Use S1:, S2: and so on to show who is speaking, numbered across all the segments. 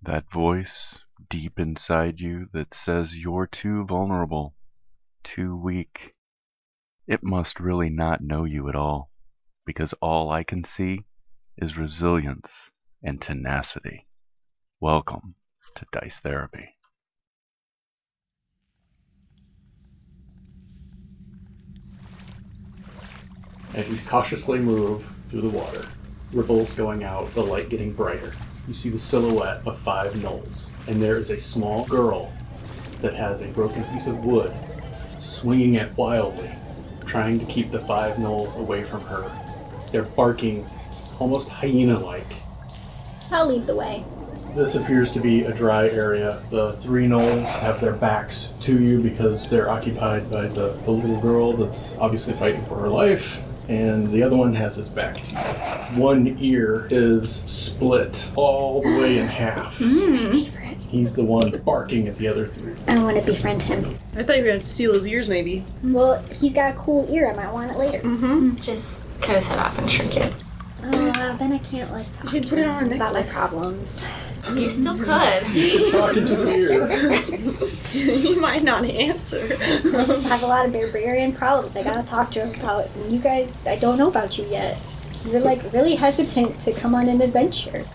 S1: That voice deep inside you that says you're too vulnerable, too weak. It must really not know you at all, because all I can see is resilience and tenacity. Welcome to Dice Therapy.
S2: As you cautiously move through the water, ripples going out, the light getting brighter, you see the silhouette of five gnolls, and there is a small girl that has a broken piece of wood, swinging it wildly, trying to keep the five gnolls away from her. They're barking, almost hyena like.
S3: I'll lead the way.
S2: This appears to be a dry area. The three gnolls have their backs to you because they're occupied by the, the little girl that's obviously fighting for her life, and the other one has his back to you. One ear is split all the way in half.
S3: Favorite.
S2: He's the one barking at the other three.
S3: I want to befriend him.
S4: I thought you were going to steal his ears, maybe.
S3: Well, he's got a cool ear. I might want it later.
S5: Just cut his head off and shrink it.
S3: Uh, then I can't like talk
S4: You can put it on a
S3: about my
S4: necklace.
S3: problems.
S5: You still could.
S2: Talking to the ear.
S4: he might not answer.
S3: I just have a lot of barbarian problems. I gotta talk to him about. And you guys, I don't know about you yet. You're like really hesitant to come on an adventure.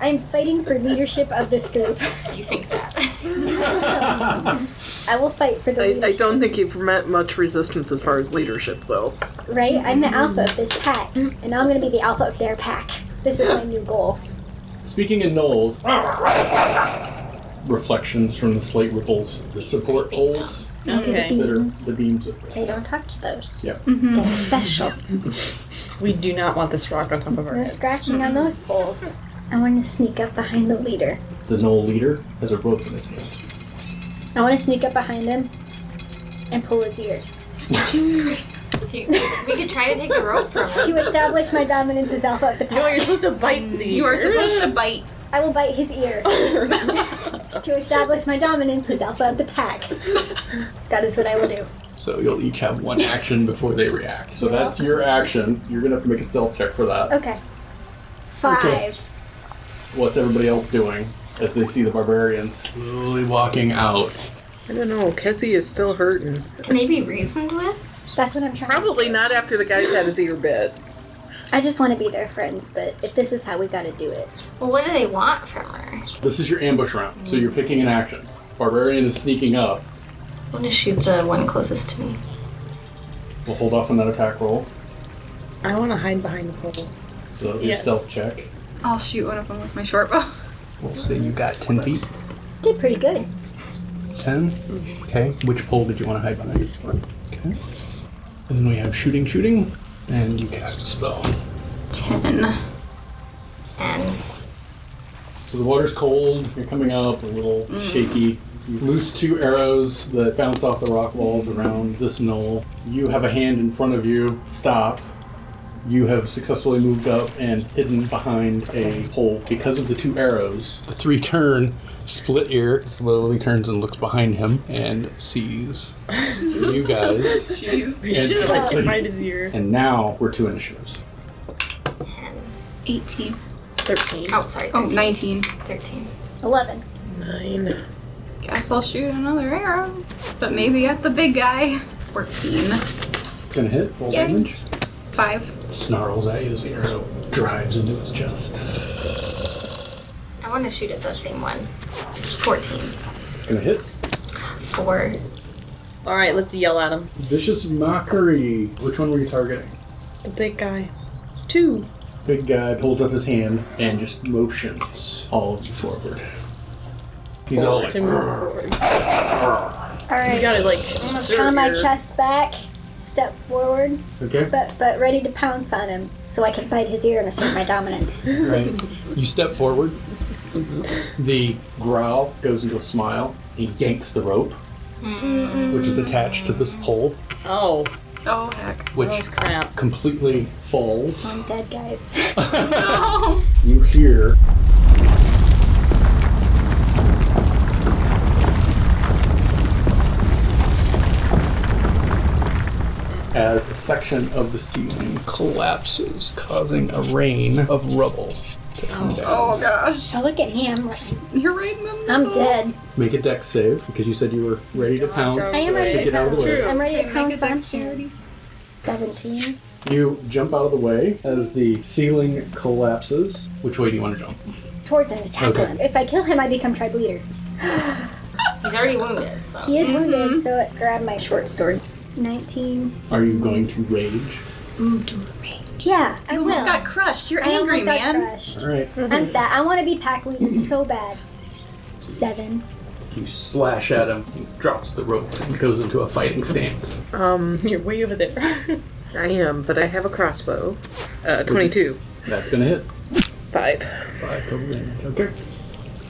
S3: I'm fighting for leadership of this group.
S5: You think that.
S3: I will fight for the
S4: I, I
S3: leadership.
S4: don't think you've met much resistance as far as leadership, though.
S3: Right? I'm the alpha of this pack, and I'm gonna be the alpha of their pack. This is my new goal.
S2: Speaking in Knoll, reflections from the slate ripples, the support poles
S3: The
S2: that are
S3: beams.
S2: the beams of
S3: They don't touch those.
S2: Yeah.
S3: They're special.
S4: We do not want this rock on top of our
S3: No
S4: heads.
S3: scratching on those poles. I want to sneak up behind the leader.
S2: The Knoll leader has a rope in his hand.
S3: I want to sneak up behind him and pull his ear
S5: You- we could try to take the rope from him.
S3: to establish my dominance as alpha of the
S4: No, Oh, you're
S3: pack.
S4: supposed to bite the You
S5: to bite.
S3: I will bite his ear to establish my dominance as alpha of the pack. That is what I will do.
S2: So you'll each have one action before they react. So that's your action. You're gonna have to make a stealth check for that.
S3: Okay. Five.
S2: Okay. What's everybody else doing as they see the barbarian slowly walking out?
S4: I don't know. Kessie is still hurting.
S5: Can they be reasoned with?
S3: That's what I'm trying.
S4: Probably not after the guy's had his ear bit.
S3: I just want to be their friends, but if this is how we got to do it,
S5: Well, what do they want from her?
S2: This is your ambush round, so you're picking an action. Barbarian is sneaking up.
S5: I'm gonna shoot the one closest to me.
S2: We'll hold off on that attack roll.
S4: I want to hide behind the pole.
S2: So your
S4: Yes.
S2: stealth check.
S6: I'll shoot one of them with my short bow.
S2: We'll say you got 10 feet.
S3: did pretty good.
S2: 10. Okay. Which pole did you want to hide behind? This one. Okay. And then we have shooting, shooting, and you cast a spell.
S6: Ten.
S5: And
S2: So the water's cold. You're coming up a little shaky. You loose two arrows that bounce off the rock walls around this knoll. You have a hand in front of you. Stop. You have successfully moved up and hidden behind a pole because of the two arrows. The three turn. Split ear slowly turns and looks behind him and sees you guys.
S4: Jeez. You
S2: And-
S4: should have let you find his ear.
S2: And now we're two initiatives.
S5: 10.
S6: 18.
S4: 13.
S5: Oh, sorry.
S6: Oh, 19.
S5: 13.
S3: Eleven.
S4: Nine.
S6: Guess I'll shoot another arrow. But maybe at the big guy. 14.
S2: Gonna hit. Roll
S6: Yay.
S2: damage.
S6: 5.
S2: Snarls at you as the arrow drives into his chest.
S5: I want to shoot at the same one. 14.
S2: It's gonna hit.
S5: 4.
S4: All right, let's yell at him.
S2: Vicious Mockery. Which one were you targeting?
S4: The big guy. Two.
S2: Big guy holds up his hand and just motions all of you forward. He's all like,
S4: To move forward.
S3: All right.
S4: You gotta like
S3: I'm gonna
S4: stir
S3: pound my
S4: your-
S3: chest back, step forward,
S2: okay,
S3: but but ready to pounce on him so I can bite his ear and assert my dominance.
S2: right. You step forward. The growl goes into a smile. He yanks the rope, which is attached to this pole,
S4: Oh,
S6: Oh, heck.
S2: which
S4: oh crap.
S2: completely falls.
S3: I'm dead, guys.
S2: You hear. As a section of the ceiling collapses, causing a rain of rubble Just calm down.
S6: Oh gosh.
S3: Now look at me, I'm,
S6: You're right in the middle.
S3: I'm dead.
S2: Make a deck save because you said you were ready to pounce.
S3: I am ready
S2: to get out of the way.
S3: I'm ready to
S6: Make
S3: come
S6: a
S3: fast.
S6: dexterity
S3: 17.
S2: You jump out of the way as the ceiling collapses. Which way do you want to jump?
S3: Towards him to tackle
S2: Okay.
S3: him. If I kill him, I become tribe leader.
S5: He's already wounded, so.
S3: He is
S6: Mm-hmm.
S3: wounded, so it grabbed my short
S4: Short story.
S3: 19.
S2: Are you going to rage?
S3: Yeah, I will.
S6: Almost got crushed. You're
S3: I almost
S6: angry,
S3: got
S6: man.
S3: crushed.
S2: All right.
S3: I'm sad. I want to be pack leader so bad. Seven.
S2: You slash at him. He drops the rope and goes into a fighting stance.
S7: Um,
S4: You're way over there.
S7: I am, but I have a crossbow. Uh, 22.
S2: That's gonna hit.
S7: Five.
S2: Five total damage. Okay.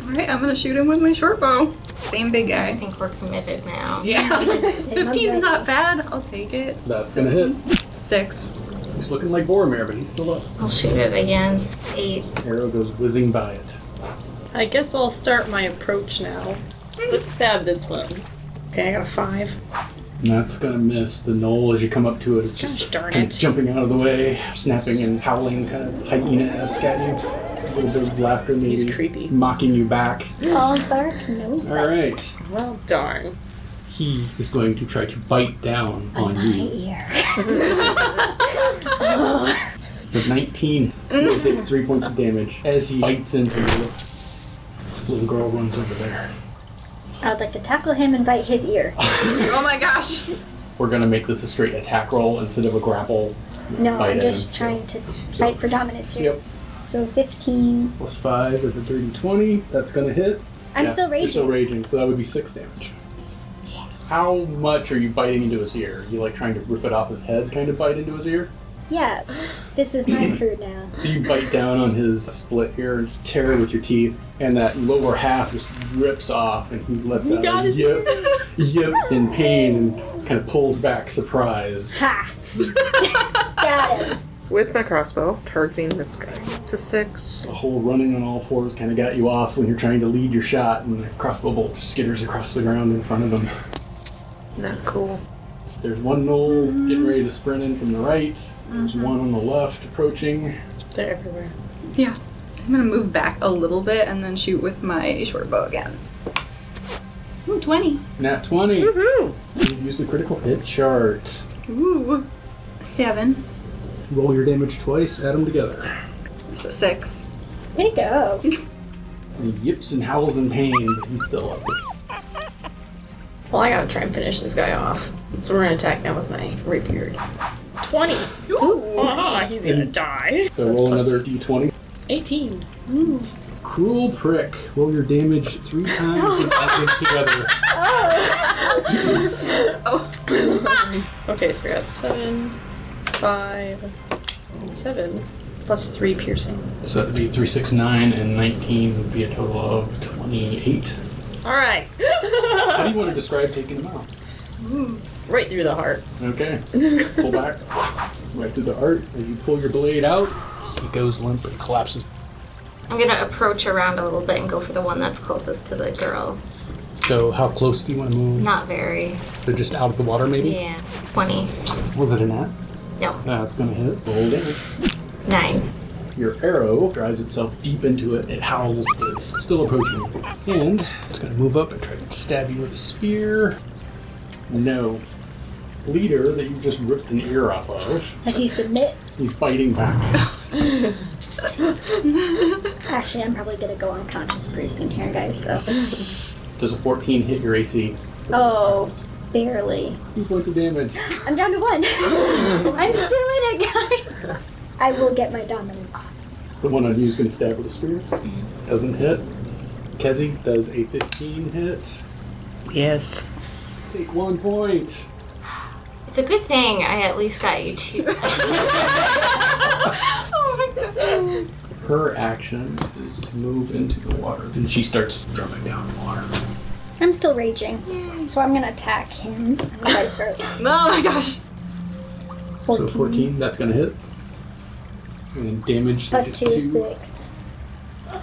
S6: All right, I'm gonna shoot him with my short bow. Same big
S5: I
S6: guy.
S5: think we're committed now.
S6: Yeah.
S3: Okay, I'm
S6: 15's
S3: good.
S6: not bad. I'll take it.
S2: That's gonna hit.
S6: Six.
S2: He's looking like Boromir, but he's still up.
S5: I'll shoot it again. Eight.
S2: Arrow goes whizzing by it.
S4: I guess I'll start my approach now. Let's stab this one. Okay, I got a five.
S2: That's gonna miss the knoll as you come up to it. It's just
S4: Gosh darn
S2: kind of
S4: it.
S2: jumping out of the way, snapping and howling, kind of hyena-esque at you. A little bit of laughter, maybe.
S7: He's creepy.
S2: Mocking you back.
S3: All bark, no
S2: All
S3: bite.
S2: right.
S4: Well, darn.
S2: He is going to try to bite down on
S3: My
S2: you.
S3: ear.
S2: So 19. You'll take three points of damage as he bites into you. Little girl runs over there.
S3: I would like to tackle him and bite his ear.
S6: Oh my gosh.
S2: We're gonna make this a straight attack roll instead of a grapple.
S3: No,
S2: Bite
S3: I'm
S2: him,
S3: just
S2: so-
S3: trying to fight for dominance here.
S2: Yep.
S3: So 15.
S2: Plus five is a 30 20. That's gonna hit.
S3: I'm
S2: Yeah,
S3: still
S2: You're
S3: raging.
S2: still raging, so that would be six damage. How much are you biting into his ear? You like trying to rip it off his head, kind of bite into his ear?
S3: yeah, this is my crew now.
S2: So you bite down on his split ear and tear it with your teeth, and that lower half just rips off, and he lets out a yip, yip in pain, and kind of pulls back, surprised.
S3: Ha! Got it.
S7: With my crossbow, targeting this guy. It's a six.
S2: The whole running on all fours kind of got you off when you're trying to lead your shot, and the crossbow bolt just skitters across the ground in front of him.
S7: Not cool.
S2: There's one knoll getting ready to sprint in from the right. There's one on the left approaching.
S4: They're everywhere.
S6: I'm gonna move back a little bit and then shoot with my short bow again. Ooh, 20.
S2: Nat 20.
S7: Woohoo!
S2: Use the critical hit chart.
S6: Ooh. Seven.
S2: Roll your damage twice, add them together.
S6: So six.
S3: Way to go.
S2: He yips and howls in pain, but he's still up.
S4: Well, I gotta try and finish this guy off. So we're gonna attack now with my rapier. 20. Ah, he's gonna die.
S2: So roll another d20.
S4: 18.
S2: Cruel prick. Roll your damage three times and add them together.
S4: Okay, so we got 7, 5, 7, plus 3 piercing.
S2: So that'd be 369 and 19 would be a total of 28.
S4: Alright.
S2: How do you want to describe taking them out?
S4: right through the heart.
S2: Okay. Pull back. Right through the heart. As you pull your blade out, he goes limp and collapses.
S5: I'm gonna approach around a little bit and go for the one that's closest to the girl.
S2: So how close do you want to move?
S5: Not very.
S2: So just out of the water maybe?
S5: Yeah. 20.
S2: Was it a nat?
S5: No.
S2: That's gonna hit. Roll damage.
S5: Nine.
S2: Your arrow drives itself deep into it. It howls, but it's still approaching you. And it's gonna move up and try to stab you with a spear. No. Leader that you just ripped an ear off of.
S3: As he submit,
S2: He's biting back.
S3: actually, I'm probably gonna go unconscious pretty soon here, guys. So,
S2: Does a 14 hit your AC?
S3: oh, barely.
S2: Two points of damage.
S3: I'm down to one. I'm still in it, guys. I will get my dominance.
S2: The one on you is going to stab with a spear. Doesn't hit. Kezi does a 15 hit.
S7: Yes.
S2: Take one point.
S5: It's a good thing I at least got you two.
S2: Her action is to move into the water. And she starts dropping down in the water.
S3: I'm still raging, so I'm gonna attack him. I'm gonna start
S6: Oh my gosh.
S2: So 14, that's going to hit. And damage
S3: plus
S2: is
S3: two, six.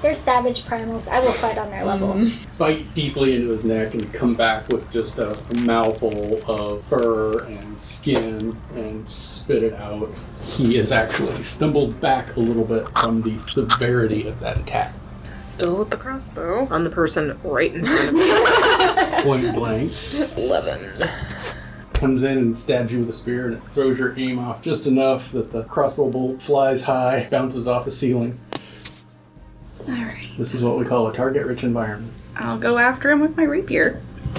S3: They're savage primals. I will fight on their level.
S2: bite deeply into his neck and come back with just a mouthful of fur and skin and spit it out. He is actually stumbled back a little bit from the severity of that attack.
S7: Still with the crossbow on the person right in front of me.
S2: Point blank.
S7: Eleven.
S2: Comes in and stabs you with a spear and it throws your aim off just enough that the crossbow bolt flies high, bounces off the ceiling.
S6: Alright.
S2: This is what we call a target rich environment.
S6: I'll go after him with my rapier.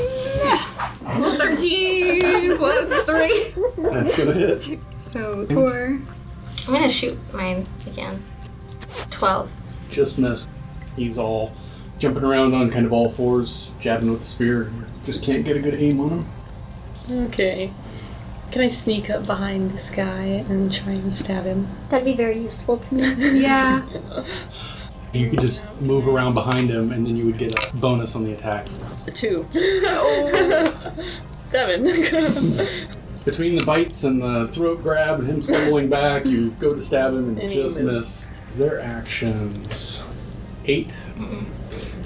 S6: 13 plus 3.
S2: That's gonna hit.
S6: So 4.
S5: I'm gonna shoot mine again. 12.
S2: just missed. He's all jumping around on kind of all fours, jabbing with the spear. Just can't get a good aim on him.
S4: Okay. Can I sneak up behind this guy and try and stab him?
S3: That'd be very useful to me.
S6: Yeah.
S2: You could just move around behind him, and then you would get a bonus on the attack.
S4: Two. Oh. Seven.
S2: Between the bites and the throat grab and him stumbling back, you go to stab him and,
S4: And he
S2: just
S4: moves.
S2: miss. Their actions. 8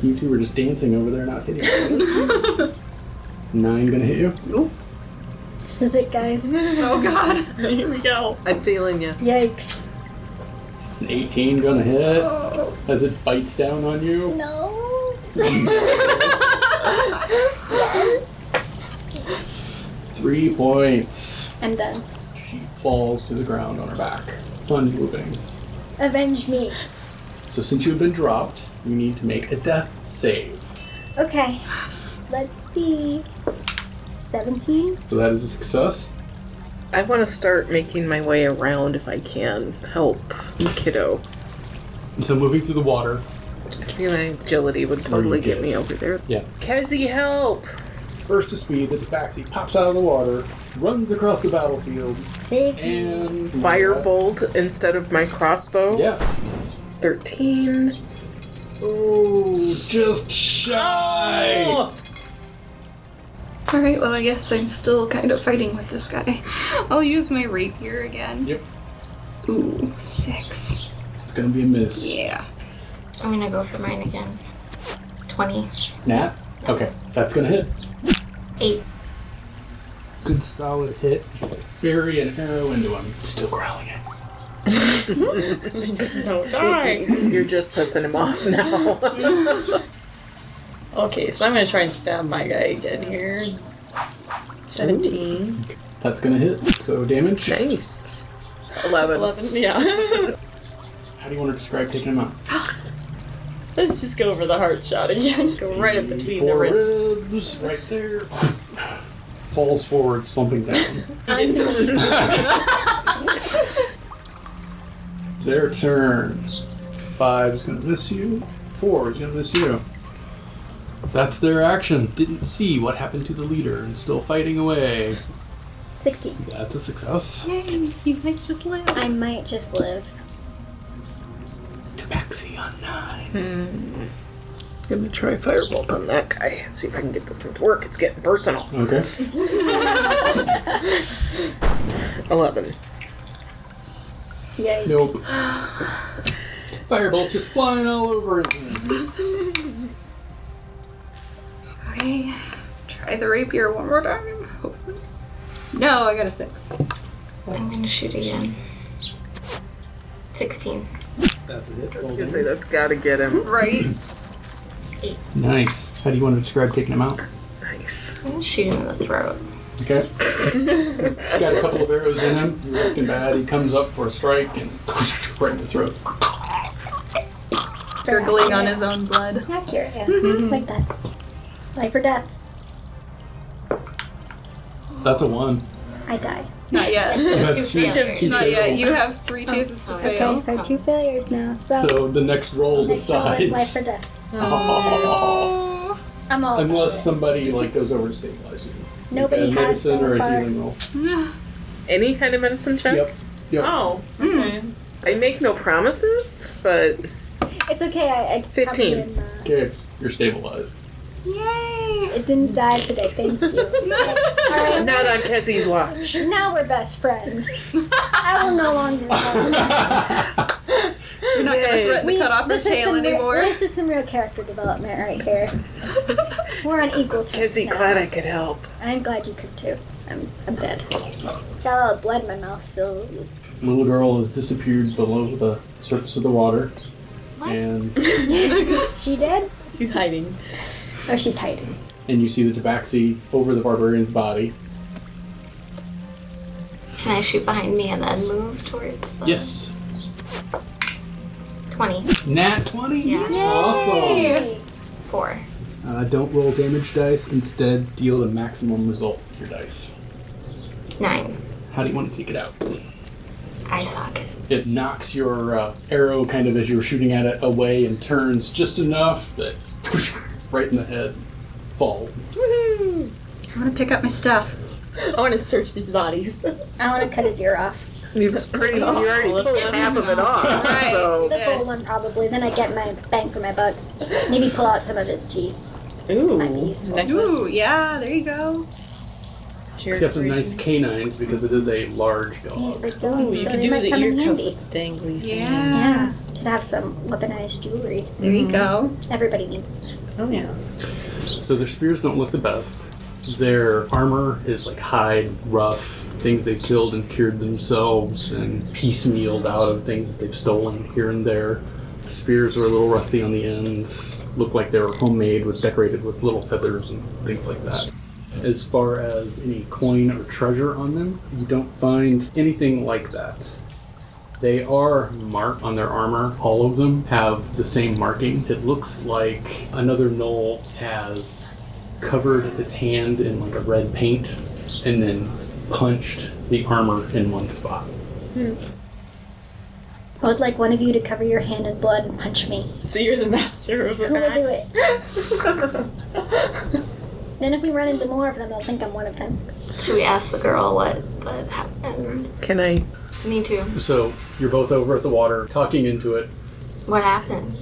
S2: You two were just dancing over there, not hitting. It's nine gonna hit you.
S3: this is it, guys.
S6: Oh god.
S4: Here we go.
S7: I'm feeling you.
S3: Yikes.
S2: It's an 18 gonna hit
S3: Oh,
S2: as it bites down on you.
S3: no.
S2: Three points.
S3: I'm done.
S2: She falls to the ground on her back, unmoving.
S3: Avenge me.
S2: So since you have been dropped, you need to make a death save.
S3: Okay. Let's see. 17?
S2: So that is a success.
S7: I want to start making my way around if I can. Help, kiddo.
S2: So moving through the water.
S7: I feel like agility would totally get me over there.
S2: Yeah.
S7: Kezzy, help!
S2: Burst of speed that the backseat pops out of the water, runs across the battlefield,
S3: Save me.
S2: and
S7: Firebolt instead of my crossbow.
S2: Yeah.
S7: Thirteen.
S2: Ooh, just shy.
S6: Alright, well, I guess I'm still kind of fighting with this guy. I'll use my rapier again.
S2: Yep.
S6: Ooh, 6.
S2: It's gonna be a miss.
S6: Yeah.
S5: I'm gonna go for mine again. 20.
S2: Nat. Okay, that's gonna hit.
S5: 8.
S2: Good solid hit. Bury an arrow into him. Still growling at you.
S4: Just don't die.
S7: You're just pissing him off now.
S4: Okay, so I'm gonna try and stab my guy again here. Seventeen.
S2: That's gonna hit. So damage.
S7: nice. Eleven.
S4: Eleven. Yeah.
S2: How do you want to describe taking him out?
S4: Let's just go over the heart shot again. Go right up between the
S2: Four
S4: ribs.
S2: ribs, right there. Falls forward, slumping down. Their turn. Five is gonna miss you. Four is gonna miss you. That's their action. Didn't see what happened to the leader and still fighting away.
S3: 16.
S2: That's a success.
S6: Yay, you might just live.
S3: I might just live.
S2: Tabaxi on nine.
S7: I'm gonna try firebolt on that guy. See if I can get this thing to work. It's getting personal.
S2: Okay.
S7: Eleven.
S3: Yikes.
S2: Nope. Firebolts just flying all over him.
S6: Okay, try the rapier one more time, hopefully. No, I got a 6.
S5: I'm gonna shoot again. 16.
S2: That's a hit.
S7: I was gonna say that's gotta get him.
S6: Right?
S2: Nice. How do you want to describe taking him out?
S7: Nice.
S5: I'm gonna shoot him in the throat.
S2: Okay. Got a couple of arrows in him. You're looking bad. He comes up for a strike and right in the throat.
S6: Gurgling on his own blood.
S3: Accurate, yeah.
S2: Mm-hmm.
S3: Like that. Life or death.
S2: That's a one.
S3: I die.
S6: Not yet.
S2: You have
S5: Two
S2: two-
S5: failures.
S2: two
S6: Not yet.
S2: fails.
S6: You have three chances to
S5: sorry.
S6: fail.
S3: Okay, so two failures now. So,
S2: Oh, So the next roll
S3: next roll is life
S2: decides.
S3: or death.
S6: Oh.
S3: I'm all
S2: Unless somebody like goes over to stabilize you.
S3: Nobody
S2: a
S3: has
S2: medicine
S3: so
S2: or a
S3: far.
S2: healing roll.
S7: Any kind of medicine check?
S2: Yep.
S4: Oh. Okay.
S7: I make no promises, but
S3: It's okay. I, I
S7: 15.
S3: probably am, uh,
S2: Okay. You're stabilized.
S6: Yay!
S3: It didn't die today, thank you.
S7: Not on Kenzie's watch.
S3: Now we're best friends. I will no longer.
S6: You're not gonna
S7: Yay.
S6: threaten to cut off her
S3: this is
S6: tail
S3: some real-
S6: anymore.
S3: this is some real character development right here. We're on equal terms
S7: Kenzie,
S3: now.
S7: glad I could help.
S3: I'm glad you could too. 'cause I'm, I'm dead. Got a lot of blood in my mouth still.
S2: Little girl has disappeared below the surface of the water. And
S3: She dead?
S4: She's hiding.
S3: Oh, she's hiding.
S2: and you see the tabaxi over the barbarian's body.
S5: Can I shoot behind me and then move towards the
S2: Yes.
S5: 24?
S2: Nat 20?
S5: Yeah.
S2: Awesome. Uh, don't roll damage dice. Instead, deal the maximum result with your dice.
S5: 9.
S2: How do you want to take it out?
S5: Eye socket.
S2: It knocks your uh, arrow kind of as you were shooting at it away and turns just enough that right in the head falls.
S6: I wanna pick up my stuff.
S4: I want to search these bodies.
S3: I want to cut his ear off.
S7: It's pretty. You already pulled half of it off.
S6: Right.
S7: So
S3: The full one probably. Then I get my bang for my buck. Maybe pull out some of his teeth.
S4: Ooh,
S3: Might be useful.
S6: Ooh, yeah, there you go.
S2: It's got some nice canines because it is a large
S3: Yeah,
S2: dog.
S3: Big dome,
S4: You
S3: so
S4: can
S3: they
S4: do
S3: might
S4: the
S3: come
S4: ear
S3: in
S4: cuff
S3: handy.
S4: with the dangly.
S6: Yeah.
S3: Yeah. Could have some weaponized jewelry.
S6: There you go.
S3: Everybody needs.
S4: Oh yeah.
S2: So their spears don't look the best. Their armor is like hide, rough, things they've killed and cured themselves and piecemealed out of things that they've stolen here and there. The spears are a little rusty on the ends, look like they were homemade with decorated with little feathers and things like that. As far as any coin or treasure on them, you don't find anything like that. They are marked on their armor. All of them have the same marking. It looks like another knoll has covered its hand in like a red paint and then punched the armor in one spot.
S3: I would like one of you to cover your hand in blood and punch me.
S4: So you're the master of
S3: Who will
S4: the
S3: do it? Then if we run into more of them, they'll think I'm one of them.
S5: Should we ask the girl what, what happened?
S7: can I?
S5: Me too.
S2: So you're both over at the water talking into it.
S5: What happened?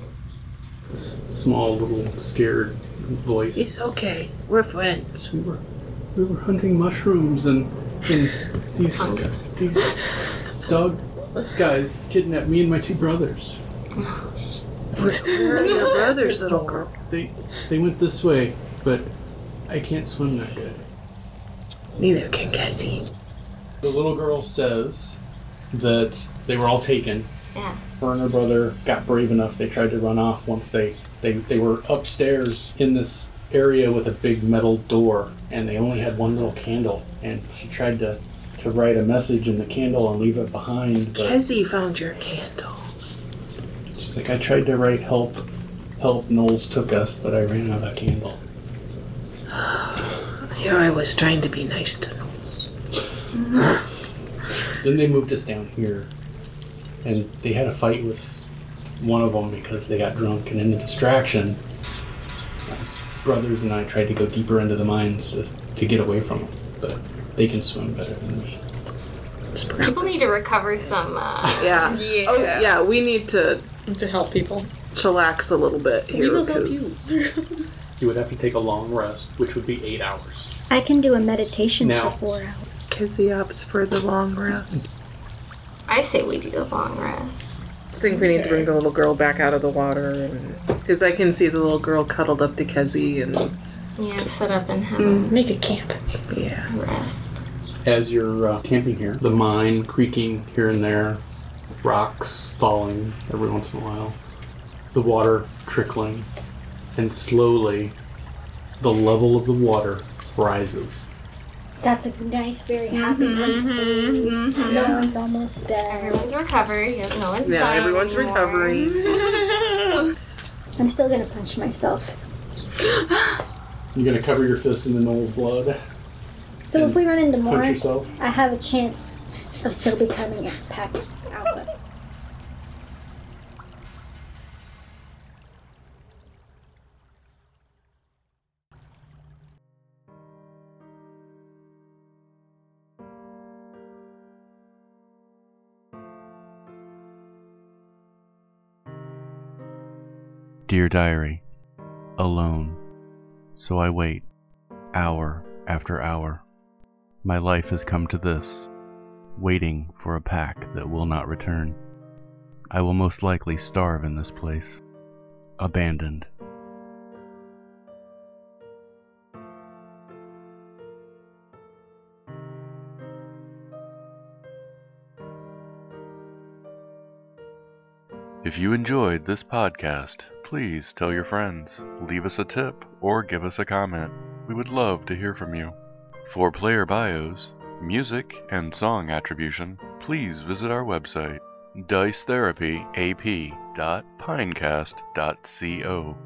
S2: This small little scared voice.
S7: It's okay. We're friends.
S2: We were we were hunting mushrooms and, and these
S5: Fungus.
S2: these dog guys kidnapped me and my two brothers.
S7: We're, we're your brothers, little girl.
S2: They they went this way, but I can't swim that good.
S7: Neither can Kenzie.
S2: The little girl says that they were all taken.
S5: Yeah.
S2: Her and her brother got brave enough. They tried to run off once they they, they were upstairs in this area with a big metal door, and they only had one little candle. And she tried to to write a message in the candle and leave it behind, but
S7: Kenzie found your candle.
S2: she's like, I tried to write help. Help Knowles took us, but I ran out of candle.
S7: Here I was trying to be nice to Knowles.
S2: Then they moved us down here, and they had a fight with one of them because they got drunk, and in the distraction, my brothers and I tried to go deeper into the mines to, to get away from them, but they can swim better than me.
S5: People need to recover some. Uh,
S7: Yeah.
S6: Yeah.
S7: Oh yeah, we need to
S4: to help people.
S7: chillax a little bit here
S4: will help
S7: because
S2: You would have to take a long rest, which would be eight hours.
S3: I can do a meditation
S2: No.
S3: for four hours.
S7: Kenzie opts for the long rest.
S5: I say we do the long rest.
S7: I think we need to bring the little girl back out of the water, and because I can see the little girl cuddled up to Kenzie, and
S5: Yeah, sit up and have
S4: Make a camp.
S7: yeah,
S5: a rest.
S2: As you're uh, camping here, the mine creaking here and there, rocks falling every once in a while, the water trickling, and slowly the level of the water rises.
S3: That's a nice, very happy place to leave. No one's almost dead.
S5: Everyone's recovered. Yes, no one's
S7: yeah,
S5: dying
S7: everyone's
S5: anymore.
S7: recovering.
S3: I'm still gonna punch myself.
S2: You're gonna cover your fist in the gnoll's blood,
S3: So if we run into more,
S2: punch yourself.
S3: I have a chance of still becoming a pack alpha.
S1: Dear Diary, alone. So I wait, hour after hour. My life has come to this, waiting for a pack that will not return. I will most likely starve in this place, abandoned. If you enjoyed this podcast, please tell your friends, leave us a tip, or give us a comment. We would love to hear from you. For player bios, music, and song attribution, please visit our website, dicetherapyap.pinecast.co.